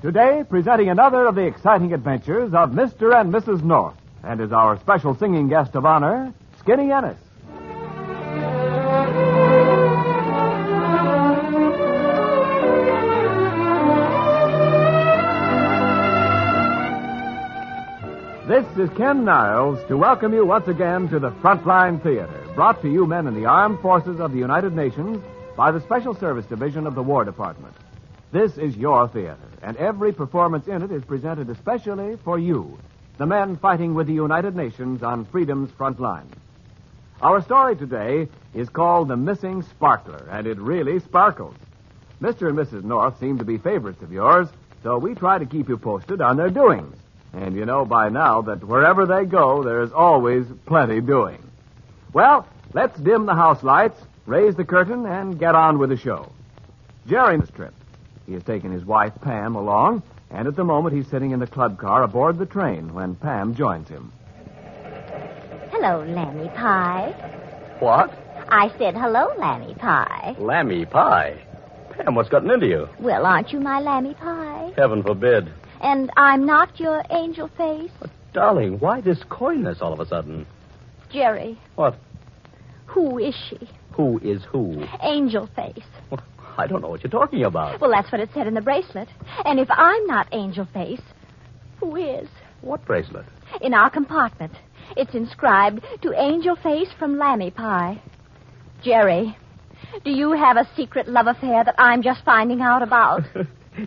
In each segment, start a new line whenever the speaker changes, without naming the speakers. Today, presenting another of the exciting adventures of Mr. and Mrs. North, and is our special singing guest of honor, Skinny Ennis. This is Ken Niles to welcome you once again to the Frontline Theater, brought to you men in the armed forces of the United Nations by the Special Service Division of the War Department. This is your theater, and every performance in it is presented especially for you, the men fighting with the United Nations on freedom's front line. Our story today is called The Missing Sparkler, and it really sparkles. Mr. and Mrs. North seem to be favorites of yours, so we try to keep you posted on their doings. And you know by now that wherever they go, there's always plenty doing. Well, let's dim the house lights, raise the curtain, and get on with the show. Jerry's trip. He has taken his wife, Pam, along, and at the moment he's sitting in the club car aboard the train when Pam joins him.
Hello, Lammy Pie.
What?
I said hello, Lammy Pie.
Lammy pie. Pam, what's gotten into you?
Well, aren't you my Lammy Pie?
Heaven forbid.
And I'm not your angel face?
Darling, why this coyness all of a sudden?
Jerry,
What?
who is she?
Who is who?
Angel face.
What? I don't know what you're talking about.
Well, that's what it said in the bracelet. And if I'm not angel face, who is?
What bracelet?
In our compartment. It's inscribed to Angel Face from Lammy Pie. Jerry, do you have a secret love affair that I'm just finding out about?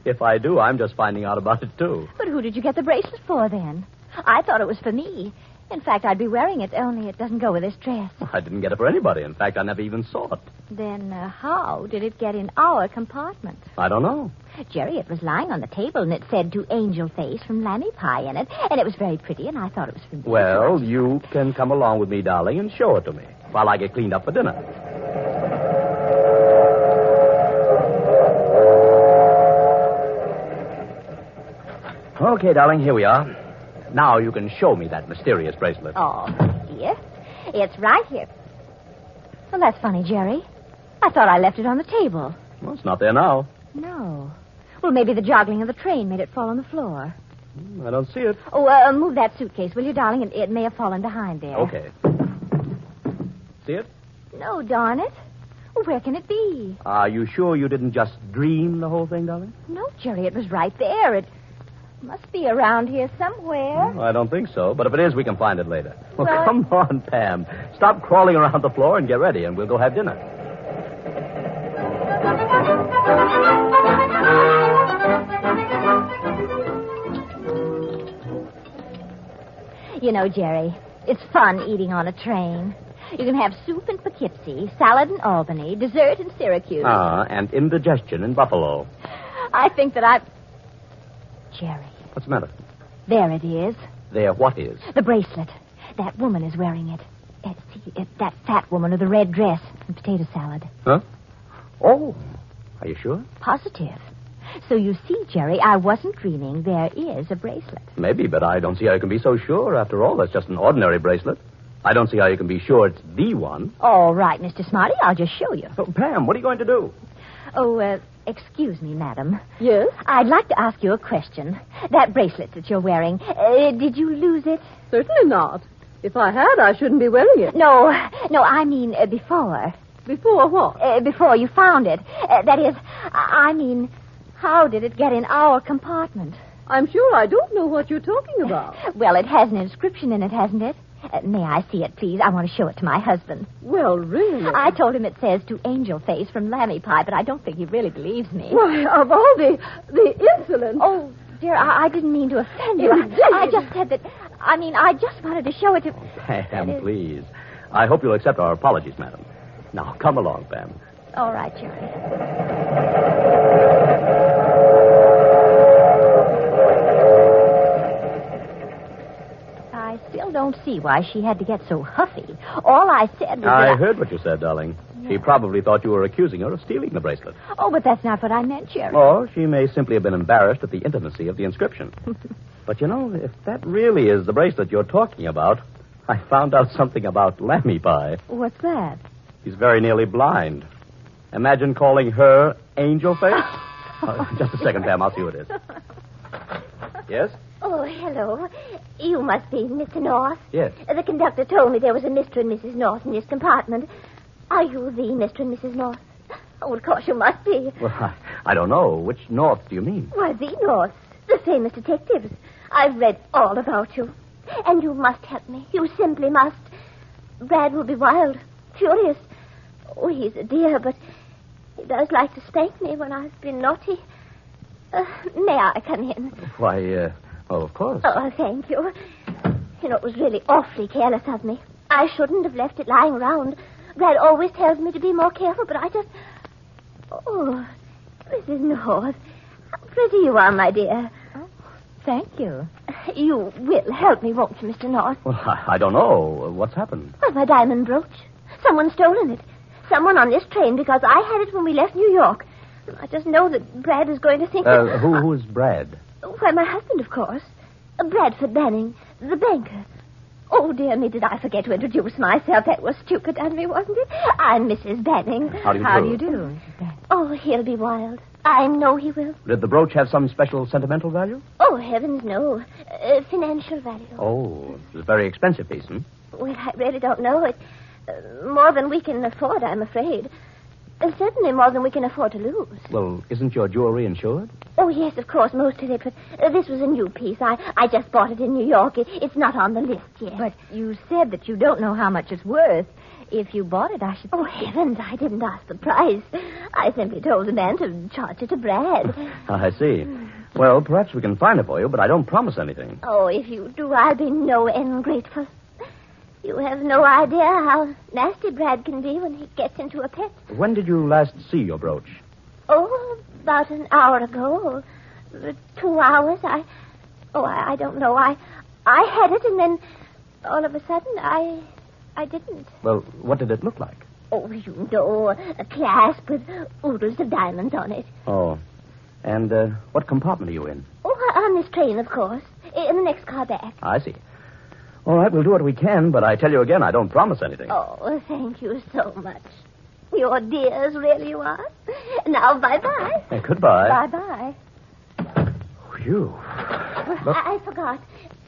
if I do, I'm just finding out about it, too.
But who did you get the bracelet for then? I thought it was for me. In fact, I'd be wearing it, only it doesn't go with this dress.
I didn't get it for anybody. In fact, I never even saw it.
Then uh, how did it get in our compartment?
I don't know.
Jerry, it was lying on the table and it said to Angel Face from Lammy Pie in it, and it was very pretty, and I thought it was for me.
Well, you can come along with me, darling, and show it to me while I get cleaned up for dinner. Okay, darling, here we are. Now you can show me that mysterious bracelet.
Oh, dear. It's right here. Well, that's funny, Jerry. I thought I left it on the table.
Well, it's not there now.
No. Well, maybe the joggling of the train made it fall on the floor.
I don't see it.
Oh, uh, move that suitcase, will you, darling? It, it may have fallen behind there.
Okay. See it?
No, darn it. Well, Where can it be?
Are you sure you didn't just dream the whole thing, darling?
No, Jerry, it was right there. It must be around here somewhere.
I don't think so. But if it is, we can find it later. Well,
Well-
come on, Pam. Stop crawling around the floor and get ready, and we'll go have dinner. Mm.
You know, Jerry, it's fun eating on a train. You can have soup in Poughkeepsie, salad in Albany, dessert in Syracuse.
Ah, and indigestion in Buffalo.
I think that I. Jerry,
What's the matter?
there it is.
There, what is?
The bracelet. That woman is wearing it. Uh, see, uh, that fat woman with the red dress and potato salad.
Huh? Oh. Are you sure?
Positive. So you see, Jerry, I wasn't dreaming. There is a bracelet.
Maybe, but I don't see how you can be so sure. After all, that's just an ordinary bracelet. I don't see how you can be sure it's the one.
All right, Mr. Smarty, I'll just show you.
So, Oh, Pam, what are you going to do?
Oh, uh, excuse me, madam. Yes? I'd like to ask you a question. That bracelet that you're wearing, uh, did you lose it?
Certainly not. If I had, I shouldn't be wearing it.
No, no, I mean uh, before.
Before what?
Uh, before you found it. Uh, that is, I I mean, how did it get in our compartment?
I'm sure I don't know what you're talking about.
Well, it has an inscription in it, hasn't it? Uh, may I see it, please? I want to show it to my husband.
Well, really.
I told him it says to Angel Face from Lammy Pie, but I don't think he really believes me.
Why, of all the the insolence.
Oh, dear, I, I didn't mean to offend you.
You did.
I, I just said that. I mean, I just wanted to show it to. That
Pam,
is-
please. I hope you'll accept our apologies, madam. Now, come along, Pam.
All right, Jerry. see why she had to get so huffy. All I said was. that
I heard what you said, darling. She probably thought you were accusing her of stealing the bracelet.
Oh, but that's not what I meant, Jerry.
Or she may simply have been embarrassed at the intimacy of the inscription. but you know, if that really is the bracelet you're talking about, I found out something about Lammy Pie.
What's that?
He's very nearly blind. Imagine calling her Angel Face. Uh, just a second, Pam. I'll see who it is. Yes?
Oh, hello. You must be Mr. North.
Yes.
The conductor told me there was a Mr. and Mrs. North in this compartment. Are you the Mr. and Mrs. North? Oh, of course you must be.
Well, I, I don't know. Which North do you mean?
Why, the North, the famous detectives. I've read all about you. And you must help me. You simply must. Brad will be wild, furious. Oh, he's a dear, but he does like to spank me when I've been naughty. Uh, may I come in?
Why, uh, well, of course.
Oh, thank you. You know, it was really awfully careless of me. I shouldn't have left it lying around. Brad always tells me to be more careful, but I just. Oh, Mrs. North, how pretty you are, my dear.
Thank you.
You will help me, won't you, Mr. North?
Well, I, I don't know. What's happened?
Why, my diamond brooch. Someone's stolen it. Someone on this train, because I had it when we left New York. I just know that Brad is going to think.
Uh,
that-
who, who's Brad?
Why, my husband, of course. Uh, Bradford Banning, the banker. Oh, dear me, did I forget to introduce myself? That was stupid of me, wasn't it? I'm Mrs. Banning.
How do you
How
do?
do you do, Mrs. Banks?
Oh, he'll be wild. I know he will.
Did the brooch have some special sentimental value?
Oh, heavens, no. Uh, financial value.
Oh, it's a very expensive piece, hmm?
Well, I really don't know. It uh, more than we can afford, I'm afraid. Uh, certainly more than we can afford to lose.
Well, isn't your jewelry insured?
Oh, yes, of course, most of it. But uh, this was a new piece. I, I just bought it in New York. It, it's not on the list yet.
But you said that you don't know how much it's worth. If you bought it, I should.
Oh, heavens, I didn't ask the price. I simply told the man to charge it to Brad.
Ah, I see. Well, perhaps we can find it for you, but I don't promise anything.
oh, if you do, I'll be no end grateful. You have no idea how nasty Brad can be when he gets into a pet.
When did you last see your brooch?
Oh, about an hour ago. Uh, Two hours. I. Oh, I, I don't know. I. I had it, and then all of a sudden, I. I didn't.
Well, what did it look like?
Oh, you know, a clasp with oodles of diamonds on it.
Oh. And uh, what compartment are you in?
Oh, on this train, of course. In the next car back.
I see. All right, we'll do what we can, but I tell you again, I don't promise anything.
Oh, thank you so much. You're dears, really you are. Now, bye-bye.
Eh, goodbye.
Bye-bye.
Phew. Look.
I, I forgot.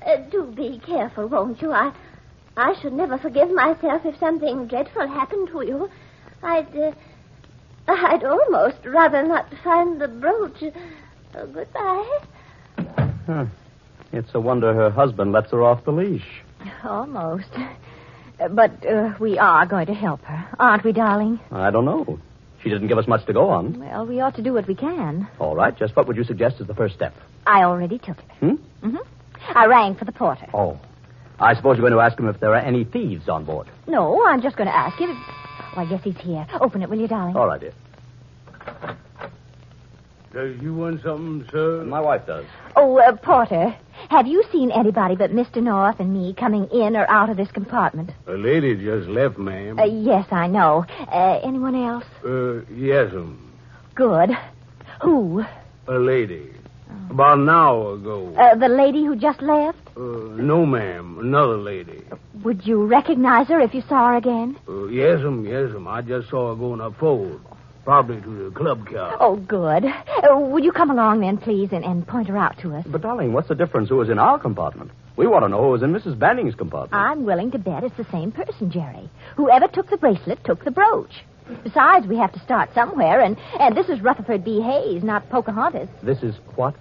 Uh, do be careful, won't you? I, I should never forgive myself if something dreadful happened to you. I'd, uh, I'd almost rather not find the brooch. Uh, goodbye.
Huh. It's a wonder her husband lets her off the leash.
Almost. Uh, But uh, we are going to help her, aren't we, darling?
I don't know. She didn't give us much to go on.
Well, we ought to do what we can.
All right, just what would you suggest is the first step?
I already took it.
Hmm?
Mm-hmm. I rang for the porter.
Oh. I suppose you're going to ask him if there are any thieves on board.
No, I'm just going to ask him. Oh, I guess he's here. Open it, will you, darling?
All right, dear.
Does you want something, sir?
My wife does.
Oh, uh, Porter, have you seen anybody but Mr. North and me coming in or out of this compartment?
A lady just left, ma'am.
Uh, yes, I know. Uh, anyone else?
Uh, yes, um,
Good. Who?
a lady. About an hour ago.
Uh, the lady who just left?
Uh, no, ma'am. Another lady.
Would you recognize her if you saw her again?
Uh, yes, um, yes, um. I just saw her going up forward. Probably to the club car.
Oh, good. Uh, would you come along then, please, and, and point her out to us?
But, darling, what's the difference who was in our compartment? We want to know who was in Mrs. Banning's compartment.
I'm willing to bet it's the same person, Jerry. Whoever took the bracelet took the brooch. Besides, we have to start somewhere, and, and this is Rutherford B. Hayes, not Pocahontas.
This is what?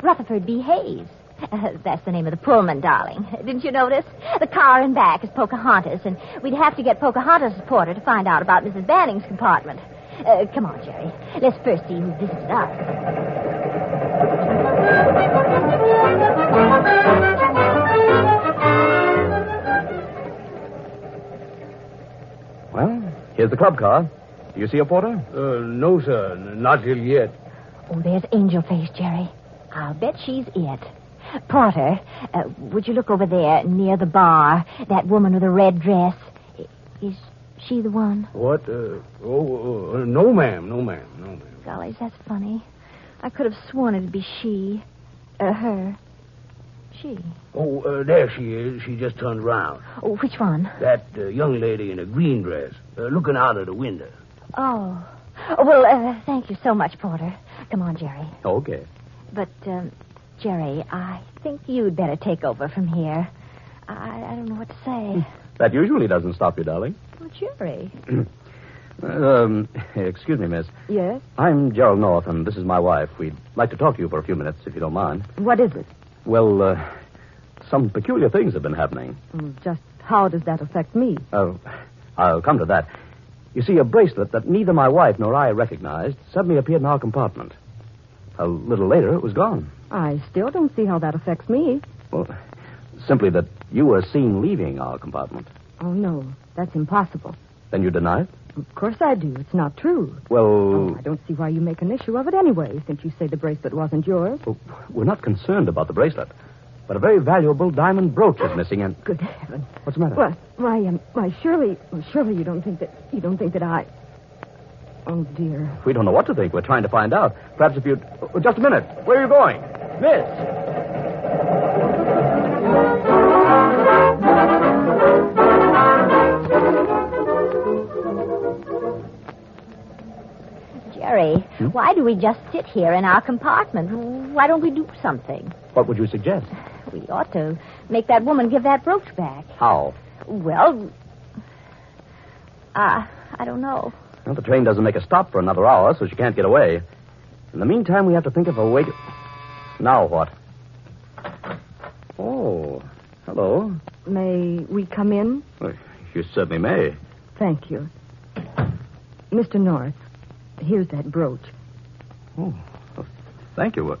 Rutherford B. Hayes. Uh, that's the name of the Pullman, darling. Didn't you notice? The car in back is Pocahontas, and we'd have to get Pocahontas' porter to find out about Mrs. Banning's compartment. Uh, come on, Jerry. Let's first see who visited us.
Well, here's the club car. Do you see a porter?
Uh, no, sir. N- not till yet.
Oh, there's Angel Face, Jerry. I'll bet she's it. Porter, uh, would you look over there near the bar? That woman with the red dress. I- Is she the one?
What? Uh, oh, uh, no, ma'am. No, ma'am. No, ma'am.
Golly, that's funny. I could have sworn it'd be she. Uh, her. She.
Oh, uh, there she is. She just turned round.
Oh, which one?
That uh, young lady in a green dress, uh, looking out of the window.
Oh. oh well, uh, thank you so much, Porter. Come on, Jerry.
Okay.
But, um, Jerry, I think you'd better take over from here. I, I don't know what to
Hmm.
say.
That usually doesn't stop you, darling.
Well, Jerry.
Um, excuse me, miss.
Yes?
I'm Gerald North, and this is my wife. We'd like to talk to you for a few minutes, if you don't mind.
What is it?
Well, uh, some peculiar things have been happening.
Mm, Just how does that affect me?
Oh, I'll come to that. You see, a bracelet that neither my wife nor I recognized suddenly appeared in our compartment. A little later, it was gone.
I still don't see how that affects me.
Well, simply that you were seen leaving our compartment.
Oh, no. That's impossible.
Then you deny it?
Of course I do. It's not true.
Well,
Oh, I don't see why you make an issue of it anyway, since you say the bracelet wasn't yours.
well, we're not concerned about the bracelet, but a very valuable diamond brooch is missing. And
Good heavens.
what's the matter?
Why, why, um, why, surely, surely you don't think that, you don't think that I... Oh, dear.
We don't know what to think. We're trying to find out. Perhaps if you. oh, Just a minute. Where are you going? Miss!
Jerry,
Hmm?
why do we just sit here in our compartment? Why don't we do something?
What would you suggest?
We ought to make that woman give that brooch back.
How?
Well, uh, I don't know.
Well, the train doesn't make a stop for another hour, so she can't get away. In the meantime, we have to think of a way to. Now what? Oh, hello.
May we come in?
Well, you certainly may.
Thank you. Mr. North, here's that brooch.
Oh, well, thank you.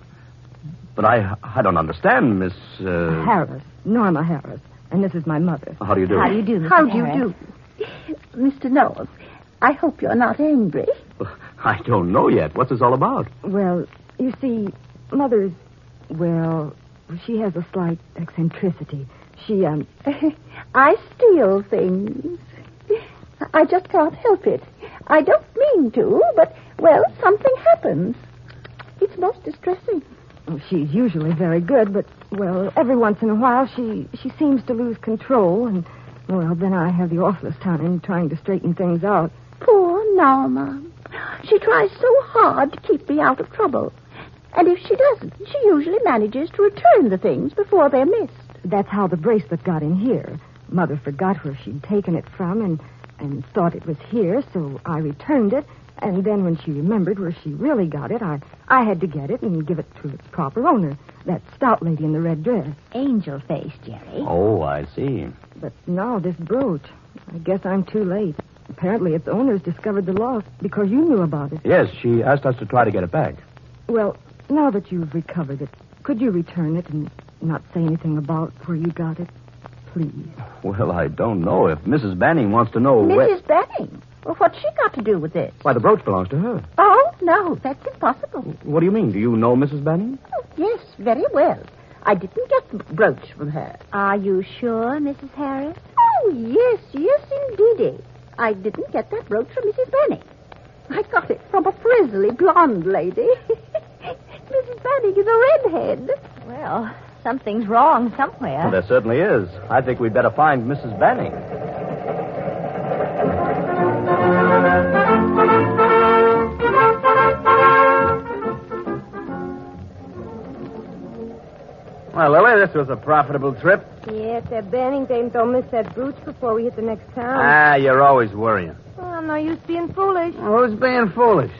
But I, I don't understand, Miss. Uh...
Harris, Norma Harris, and this is my mother.
How do you do?
How do you do, Mr.
How do you
Harris?
do? Mr. Knowles, I hope you're not angry.
I don't know yet. What's this all about?
Well, you see, mother's well, she has a slight eccentricity. She um
I steal things. I just can't help it. I don't mean to, but, well, something happens. It's most distressing.
Oh, she's usually very good, but well, every once in a while she she seems to lose control and well, then I have the awfulest time trying to straighten things out.
Poor Norma. She tries so hard to keep me out of trouble. And if she doesn't, she usually manages to return the things before they're missed.
That's how the bracelet got in here. Mother forgot where she'd taken it from and, and thought it was here, so I returned it. And then when she remembered where she really got it, I, I had to get it and give it to its proper owner, that stout lady in the red dress.
Angel face, Jerry.
Oh, I see.
But now this brooch. I guess I'm too late. Apparently its owners discovered the loss because you knew about it.
Yes, she asked us to try to get it back.
Well, now that you've recovered it, could you return it and not say anything about where you got it? Please.
Well, I don't know. If Mrs. Banning wants to know where.
Mrs. Banning? Well, what's she got to do with this?
Why, the brooch belongs to her.
Oh, no, that's impossible.
What do you mean? Do you know Mrs. Banning?
Oh, yes, very well. I didn't get the brooch from her.
Are you sure, Mrs. Harris?
Oh, yes, yes, indeedy. I didn't get that brooch from Mrs. Banning. I got it from a frizzly blonde lady. Mrs. Banning is a redhead.
Well, something's wrong somewhere.
Well, there certainly is. I think we'd better find Mrs. Banning.
Well, Lily, this was a profitable trip.
Yes, they're banning things. Don't miss that brooch before we hit the next town.
Ah, you're always worrying.
Well, no use being foolish.
Who's being foolish?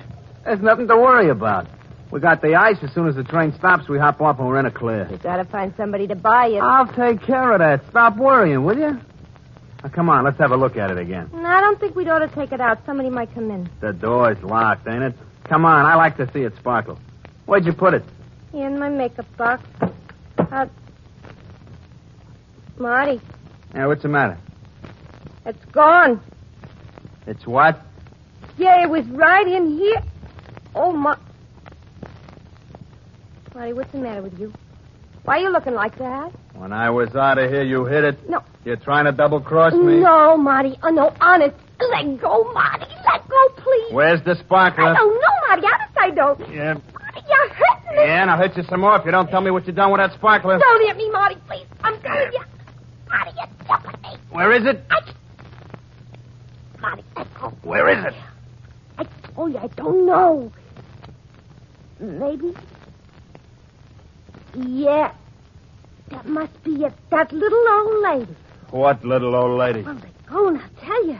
There's nothing to worry about. We got the ice. As soon as the train stops, we hop off and we're in a clear.
You gotta find somebody to buy it.
I'll take care of that. Stop worrying, will you? Now, come on, let's have a look at it again.
No, I don't think we'd ought to take it out. Somebody might come in.
The door's locked, ain't it? Come on, I like to see it sparkle. Where'd you put it?
In my makeup box. Uh, Marty,
Yeah, what's the matter?
it's gone.
It's what?
Yeah, it was right in here. Oh, my. Marty, what's the matter with you? Why are you looking like that?
When I was out of here, you hit it.
No.
You're trying to double cross me.
No, Marty. Oh, no, honest. Let go, Marty. Let go, please.
Where's the
I
sparkler?
don't know, Marty. Honest, I don't.
Yeah.
Marty, you're hurting me.
Yeah, and I'll hit you some more if you don't tell me what you done with that sparkler.
Don't hit me, Marty, please. I'm telling you. Marty, you're jumping me.
Where is it?
I... Marty, let go.
Where is it?
I told you, I don't know. Maybe. Yeah. That must be it. That little old lady.
What little old lady?
Well, let go, and I'll tell you.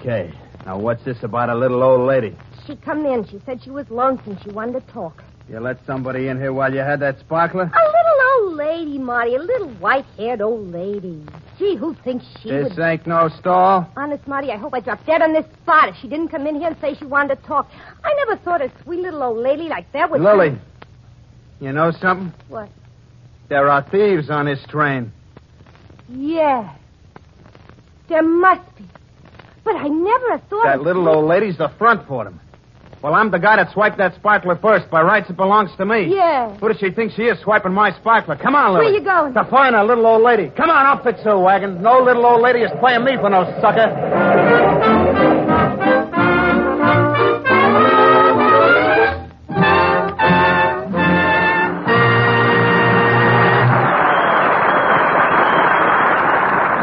Okay. Now what's this about a little old lady?
She come in. She said she was lonesome. She wanted to talk.
You let somebody in here while you had that sparkler?
A little old lady, Marty. A little white-haired old lady. Gee, who thinks she
this
would...
ain't no stall.
Honest, Marty, I hope I dropped dead on this spot if she didn't come in here and say she wanted to talk. I never thought a sweet little old lady like that would...
Lily, you know something?
What?
There are thieves on this train.
Yeah. There must be. But I never thought...
That
of-
little old lady's the front for them. Well, I'm the guy that swiped that sparkler first. By rights, it belongs to me.
Yeah.
Who does she think she is swiping my sparkler? Come on, Lily.
Where you going?
To find a little old lady. Come on, I'll fix her wagon. No little old lady is playing me for no sucker.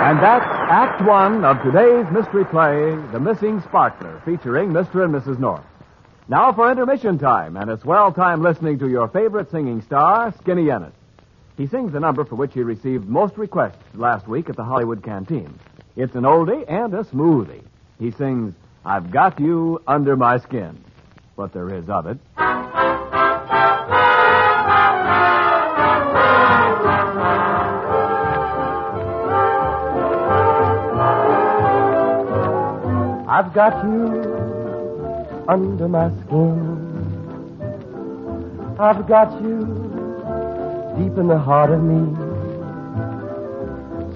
And that's Act One of today's mystery play, The Missing Sparkler, featuring Mr. and Mrs. North. Now for intermission time, and it's well time listening to your favorite singing star, Skinny Ennis. He sings the number for which he received most requests last week at the Hollywood Canteen. It's an oldie and a smoothie. He sings, I've Got You Under My Skin. What there is of it.
I've got you under my skin. I've got you deep in the heart of me.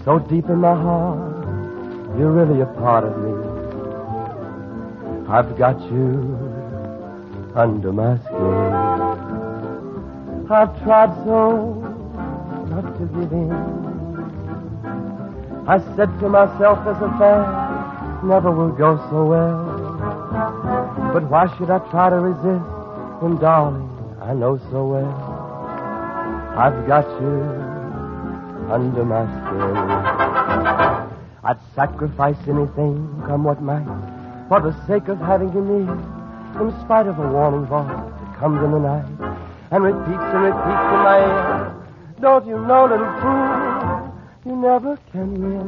So deep in my heart, you're really a part of me. I've got you under my skin. I've tried so not to give in. I said to myself as a fan, never will go so well. But why should I try to resist when, darling, I know so well I've got you under my skin. I'd sacrifice anything, come what might, for the sake of having you near, in spite of a warning voice that comes in the night and repeats and repeats in my ear. Don't you know, little fool, you never can win.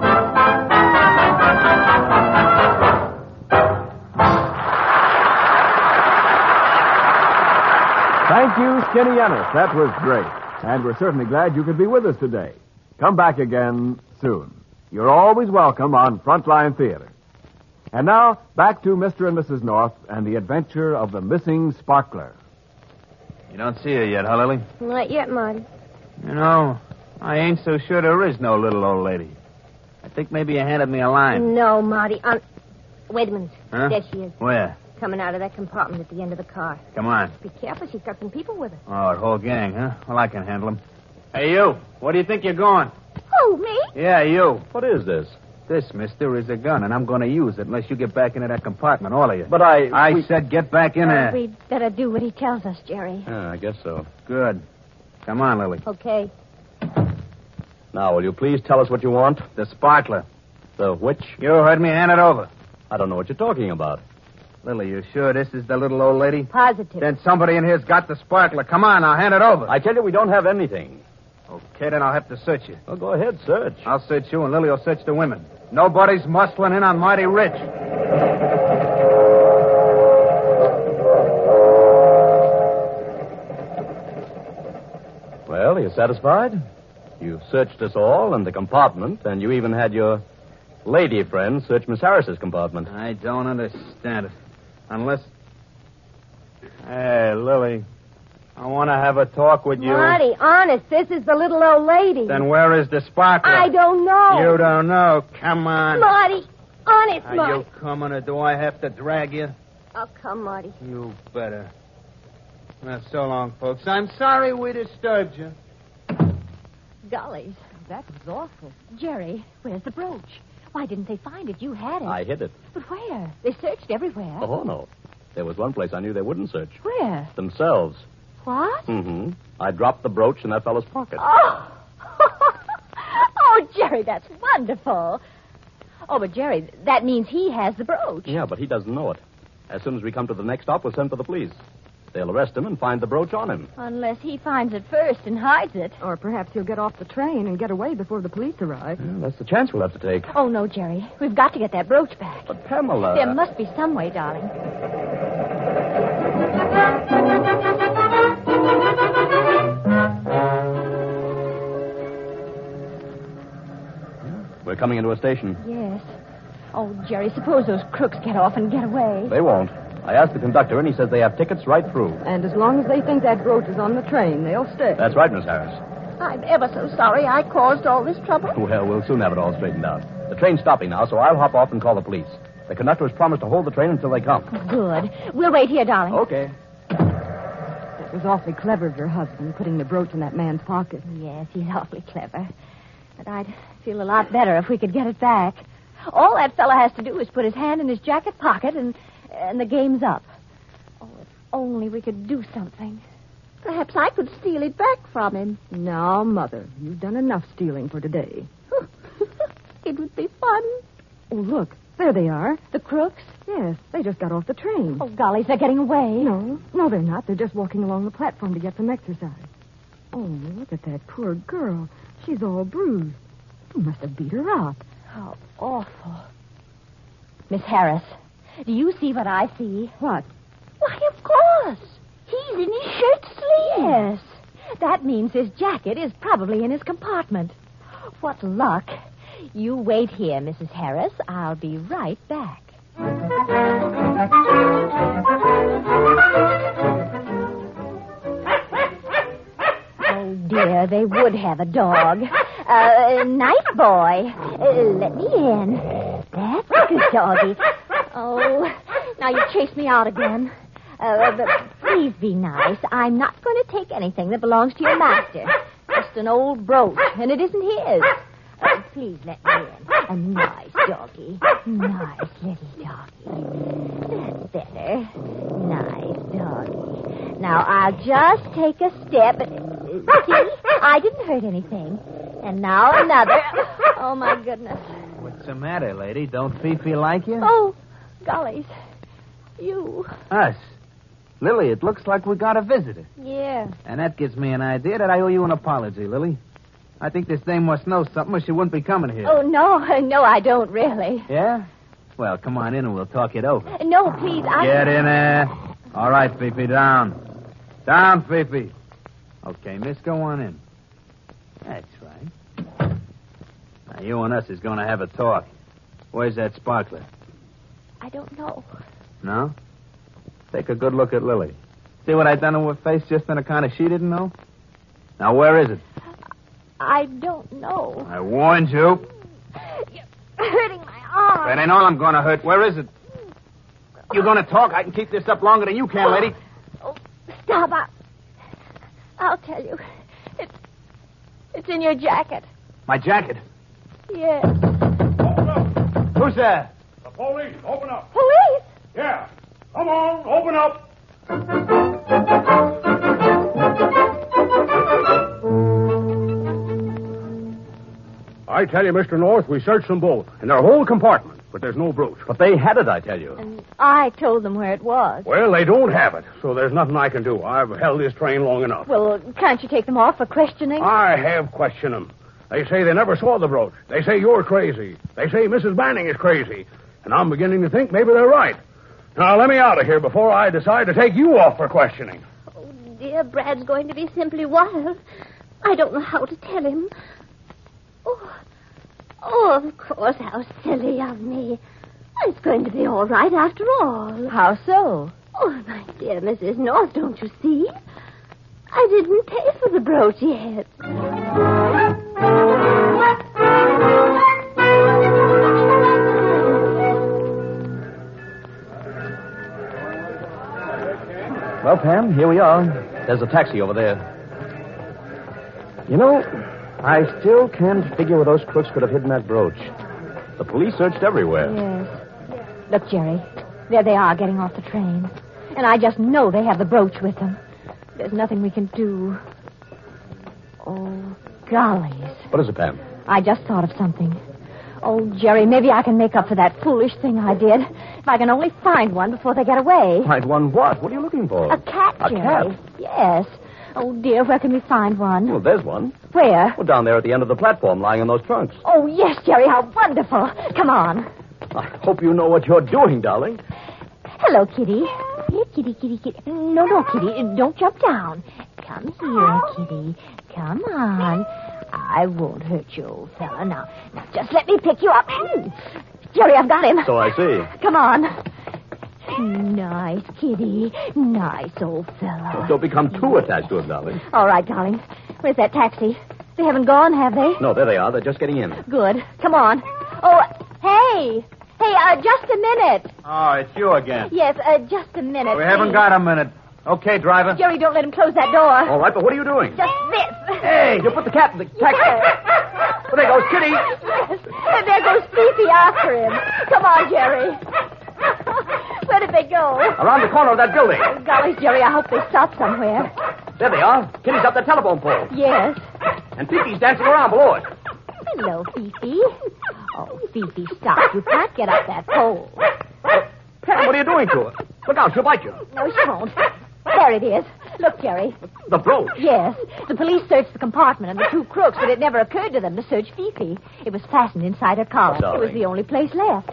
skin.
Thank you, Skinny Ennis. That was great. And we're certainly glad you could be with us today. Come back again soon. You're always welcome on Frontline Theater. And now, back to Mr. and Mrs. North and the adventure of the missing sparkler.
You don't see her yet, huh, Lily?
Not yet, Marty.
You know, I ain't so sure there is no little old lady. I think maybe you handed me a line.
No, Marty. i Wait a minute.
Huh?
There she is,
Where?
coming out of that compartment at the end of the car.
Come on.
Be careful. She's got some people with her.
Oh, a whole gang, huh? Well, I can handle them. Hey, you. Where do you think you're going?
Who, me?
Yeah, you.
What is this?
This, mister, is a gun, and I'm going to use it unless you get back into that compartment, all of you.
But I.
I
we-
said get back in there.
We'd better do what he tells us, Jerry.
Yeah, I guess so.
Good. Come on, Lily.
Okay.
Now, will you please tell us what you want?
The sparkler.
The which?
You heard me hand it over.
I don't know what you're talking about.
Lily, you sure this is the little old lady?
Positive.
Then somebody in here's got the sparkler. Come on, now hand it over.
I tell you, we don't have anything.
Okay, then I'll have to search you.
Well, go ahead, search.
I'll search you, and Lily will search the women. Nobody's muscling in on Mighty Rich.
Well, are you satisfied? You searched us all and the compartment, and you even had your lady friend search Miss Harris's compartment.
I don't understand it. Unless. Hey, Lily. I want to have a talk with you.
Marty, honest, this is the little old lady.
Then where is the sparkler?
I don't know.
You don't know. Come on.
Marty, honest,
Are
Marty.
you coming or do I have to drag you?
Oh, come, Marty.
You better. Now, so long, folks. I'm sorry we disturbed you.
Golly, that was awful. Jerry, where's the brooch? Why didn't they find it? You had it.
I hid it.
But where? They searched everywhere.
Oh, no. There was one place I knew they wouldn't search.
Where?
Themselves.
What?
Mm-hmm. I dropped the brooch in that fellow's pocket.
Oh! oh, Jerry, that's wonderful. Oh, but Jerry, that means he has the brooch.
Yeah, but he doesn't know it. As soon as we come to the next stop, we'll send for the police. They'll arrest him and find the brooch on him.
Unless he finds it first and hides it.
Or perhaps he'll get off the train and get away before the police arrive.
that's the chance we'll have to take.
Oh, no, Jerry. We've got to get that brooch back.
But, Pamela.
There must be some way, darling.
We're coming into a station.
Yes. Oh, Jerry, suppose those crooks get off and get away.
They won't. I asked the conductor, and he says they have tickets right through.
And as long as they think that brooch is on the train, they'll stay.
That's right, Miss Harris.
I'm ever so sorry I caused all this trouble.
Well, we'll soon have it all straightened out. The train's stopping now, so I'll hop off and call the police. The conductor has promised to hold the train until they come.
Good. We'll wait here, darling.
Okay.
That was awfully clever of your husband, putting the brooch in that man's pocket.
Yes, he's awfully clever. But I'd feel a lot better if we could get it back. All that fella has to do is put his hand in his jacket pocket, and and the game's up. Oh, if only we could do something.
Perhaps I could steal it back from him.
Now, Mother, you've done enough stealing for today.
It would be fun.
Oh, look, there they are. The crooks? Yes, they just got off the train.
Oh, gollies, they're getting away.
No, no, they're not. They're just walking along the platform to get some exercise. Oh, look at that poor girl. She's all bruised. You must have beat her up.
How awful. Miss Harris, do you see what I see?
What?
Why, of course. He's in his shirt sleeves. Yes. That means his jacket is probably in his compartment. What luck. You wait here, Mrs. Harris. I'll be right back. Oh, dear, they would have a dog. Uh, nice boy. Uh, let me in. That's a good doggy. Oh, now you chase me out again. Uh, but please be nice. I'm not going to take anything that belongs to your master. Just an old brooch, and it isn't his. Uh, please let me in. A nice doggy. Nice little doggy. That's better. Nice doggy. Now I'll just take a step. and- uh, See, I didn't hurt anything. And now another. Oh my goodness.
What's the matter, lady? Don't Fifi like you?
Oh, gollies. You.
Us. Lily, it looks like we got a visitor.
Yeah.
And that gives me an idea that I owe you an apology, Lily. I think this dame must know something or she wouldn't be coming here.
Oh, no, no, I don't really.
Yeah? Well, come on in and we'll talk it over.
No, please, I.
Get in there. All right, Fifi, down. Down, Fifi. Okay, miss, go on in. That's right. Now, you and us is going to have a talk. Where's that sparkler?
I don't know.
No? Take a good look at Lily. See what I done to her face just on account of she didn't know? Now, where is it?
I don't know.
I warned you.
You're hurting my arm.
That ain't all I'm going to hurt. Where is it? You going to talk? I can keep this up longer than you can, lady.
Oh, stop. I, I'll tell you. It's, it's in your jacket.
My jacket.
Yes.
Open up!
Who's there?
The police! Open up!
Police!
Yeah! Come on, open up!
I tell you, Mr. North, we searched them both, in their whole compartment, but there's no brooch.
But they had it, I tell you.
I told them where it was.
Well, they don't have it, so there's nothing I can do. I've held this train long enough.
Well, can't you take them off for questioning?
I have questioned them. They say they never saw the brooch. They say you're crazy. They say Mrs. Banning is crazy. And I'm beginning to think maybe they're right. Now, let me out of here before I decide to take you off for questioning.
Dear Brad's going to be simply wild. I don't know how to tell him. Oh, oh, of course, how silly of me. It's going to be all right after all.
How so?
Oh, my dear Mrs. North, don't you see? I didn't pay for the brooch yet.
Well, Pam, here we are. There's a taxi over there. You know, I still can't figure where those crooks could have hidden that brooch. The police searched everywhere.
Yes. Look, Jerry. There they are getting off the train. And I just know they have the brooch with them. There's nothing we can do. Oh, golly.
What is it, Pam?
I just thought of something. Oh, Jerry, maybe I can make up for that foolish thing I did. If I can only find one before they get away.
Find one what? What are you looking for?
A cat,
A
Jerry.
cat?
Yes. Oh, dear, where can we find one?
Well, there's one.
Where?
Well, down there at the end of the platform, lying in those trunks.
Oh, yes, Jerry, how wonderful. Come on.
I hope you know what you're doing, darling.
Hello, Kitty. Here, Kitty, Kitty, Kitty. No, no, Kitty, uh, don't jump down. Come here, Kitty. Come on. I won't hurt you, old fella. Now, now, just let me pick you up. Hmm. Jerry, I've got him.
So I see.
Come on. Nice kitty. Nice old fella.
Oh,
Don't become too attached to him, darling.
All right, darling. Where's that taxi? They haven't gone, have they?
No, there they are. They're just getting in.
Good. Come on. Oh, hey. Hey, uh, just a minute.
Oh, it's you again.
Yes, uh, just a minute.
We haven't
please.
got a minute. Okay, driver.
Jerry, don't let him close that door.
All right, but what are you doing?
Just this.
Hey, you put the cat in the taxi.
Yes.
There goes Kitty.
Yes. There goes Sleepy after him. Come on, Jerry. Where did they go?
Around the corner of that building.
Oh, golly, Jerry, I hope they stop somewhere.
There they are. Kitty's up the telephone pole.
Yes.
And Fifi's dancing around below it.
Hello, Fifi. Oh, Fifi, stop. You can't get up that pole.
Pam, what are you doing to her? Look out, she'll bite you.
No, she won't. There it is. Look, Jerry.
The brooch.
Yes. The police searched the compartment and the two crooks, but it never occurred to them to search Fifi. It was fastened inside her
Oh,
collar. it was
darling.
the only place left.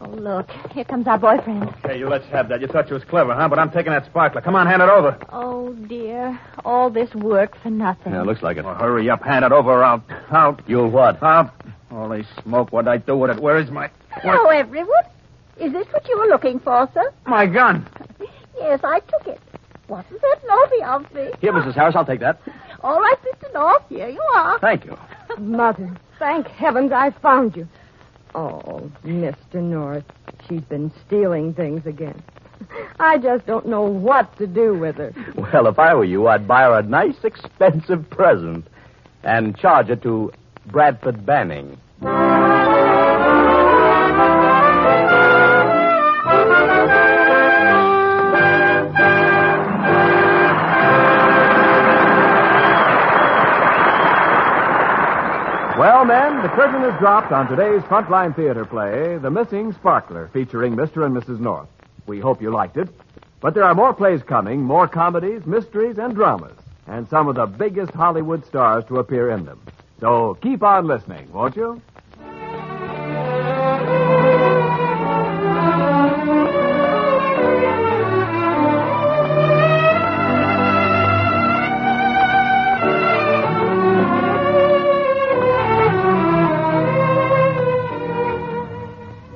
Oh, look. Here comes our boyfriend.
Hey, you let's have that. You thought you was clever, huh? But I'm taking that sparkler. Come on, hand it over.
Oh, dear. All this work for nothing.
looks like it.
Well, hurry up, hand it over. or I'll out.
You'll what?
Out. Holy smoke, what'd I do with it? Where is my
Oh,
Hello, everyone. Is this what you were looking for, sir?
my gun?
Yes, I took it. Wasn't that naughty of me?
Here, Mrs. Harris, I'll take that.
All right, Mr. North, here you are.
Thank you.
Mother, thank heavens I found you. Oh, Mr. North, she's been stealing things again. I just don't know what to do with her.
Well, if I were you, I'd buy her a nice, expensive present and charge it to Bradford Banning.
Well, men, the curtain is dropped on today's Frontline Theater play, The Missing Sparkler, featuring Mr. and Mrs. North. We hope you liked it. But there are more plays coming, more comedies, mysteries, and dramas, and some of the biggest Hollywood stars to appear in them. So keep on listening, won't you?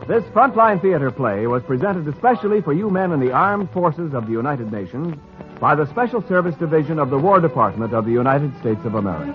This Frontline Theater play was presented especially for you men in the Armed Forces of the United Nations by the Special Service Division of the War Department of the United States of America.